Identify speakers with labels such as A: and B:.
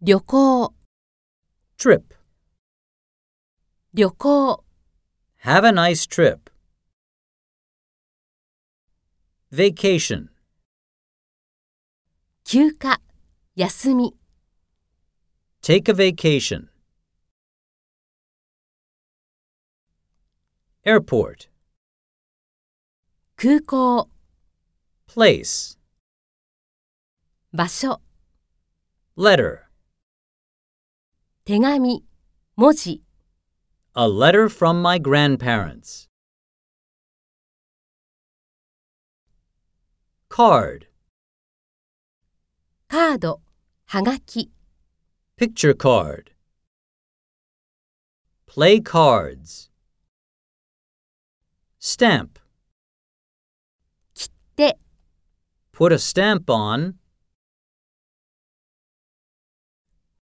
A: 旅行、
B: Trip.
A: 旅行、
B: Have a nice trip. Vacation.
A: 休暇、休み、
B: Take a vacation. Airport.
A: 空港、
B: Place.
A: 場所、
B: Letter.
A: 手紙、文字、
B: A letter from my grandparents. Card.
A: カード、はがき、
B: Picture card. Play cards. Stamp.
A: 切手、
B: Put a stamp on.